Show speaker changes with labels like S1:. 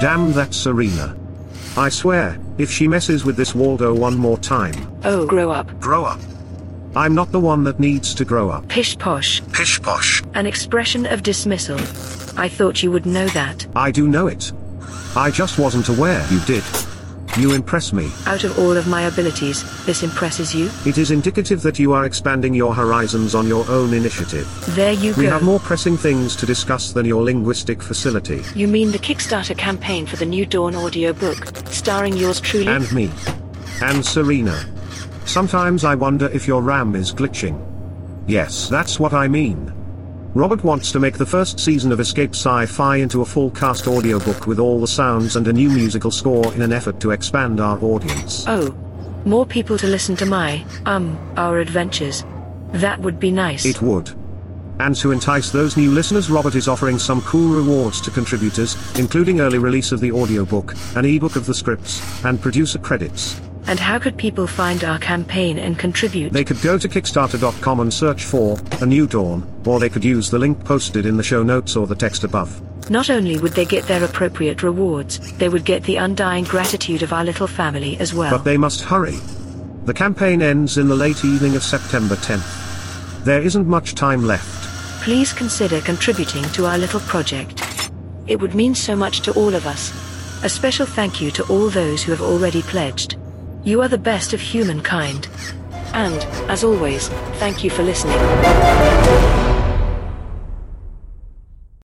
S1: Damn that Serena. I swear, if she messes with this Waldo one more time,
S2: Oh, grow up.
S1: grow up. I'm not the one that needs to grow up.
S2: Pish posh.
S1: Pish posh.
S2: An expression of dismissal. I thought you would know that.
S1: I do know it. I just wasn't aware you did. You impress me.
S2: Out of all of my abilities, this impresses you?
S1: It is indicative that you are expanding your horizons on your own initiative.
S2: There you
S1: We
S2: go.
S1: have more pressing things to discuss than your linguistic facility.
S2: You mean the Kickstarter campaign for the New Dawn audiobook, starring yours truly?
S1: And me. And Serena. Sometimes I wonder if your RAM is glitching. Yes, that's what I mean. Robert wants to make the first season of Escape Sci Fi into a full cast audiobook with all the sounds and a new musical score in an effort to expand our audience.
S2: oh. More people to listen to my, um, our adventures. That would be nice.
S1: It would. And to entice those new listeners, Robert is offering some cool rewards to contributors, including early release of the audiobook, an ebook of the scripts, and producer credits.
S2: and how could people find our campaign and contribute?
S1: They could go to Kickstarter.com and search for A New Dawn, or they could use the link posted in the show notes or the text above.
S2: Not only would they get their appropriate rewards, they would get the undying gratitude of our little family as well.
S1: But they must hurry. The campaign ends in the late evening of September 10th. There isn't much time left.
S2: Please consider contributing to our little project. It would mean so much to all of us. A special thank you to all those who have already pledged. You are the best of humankind. And, as always, thank you for listening.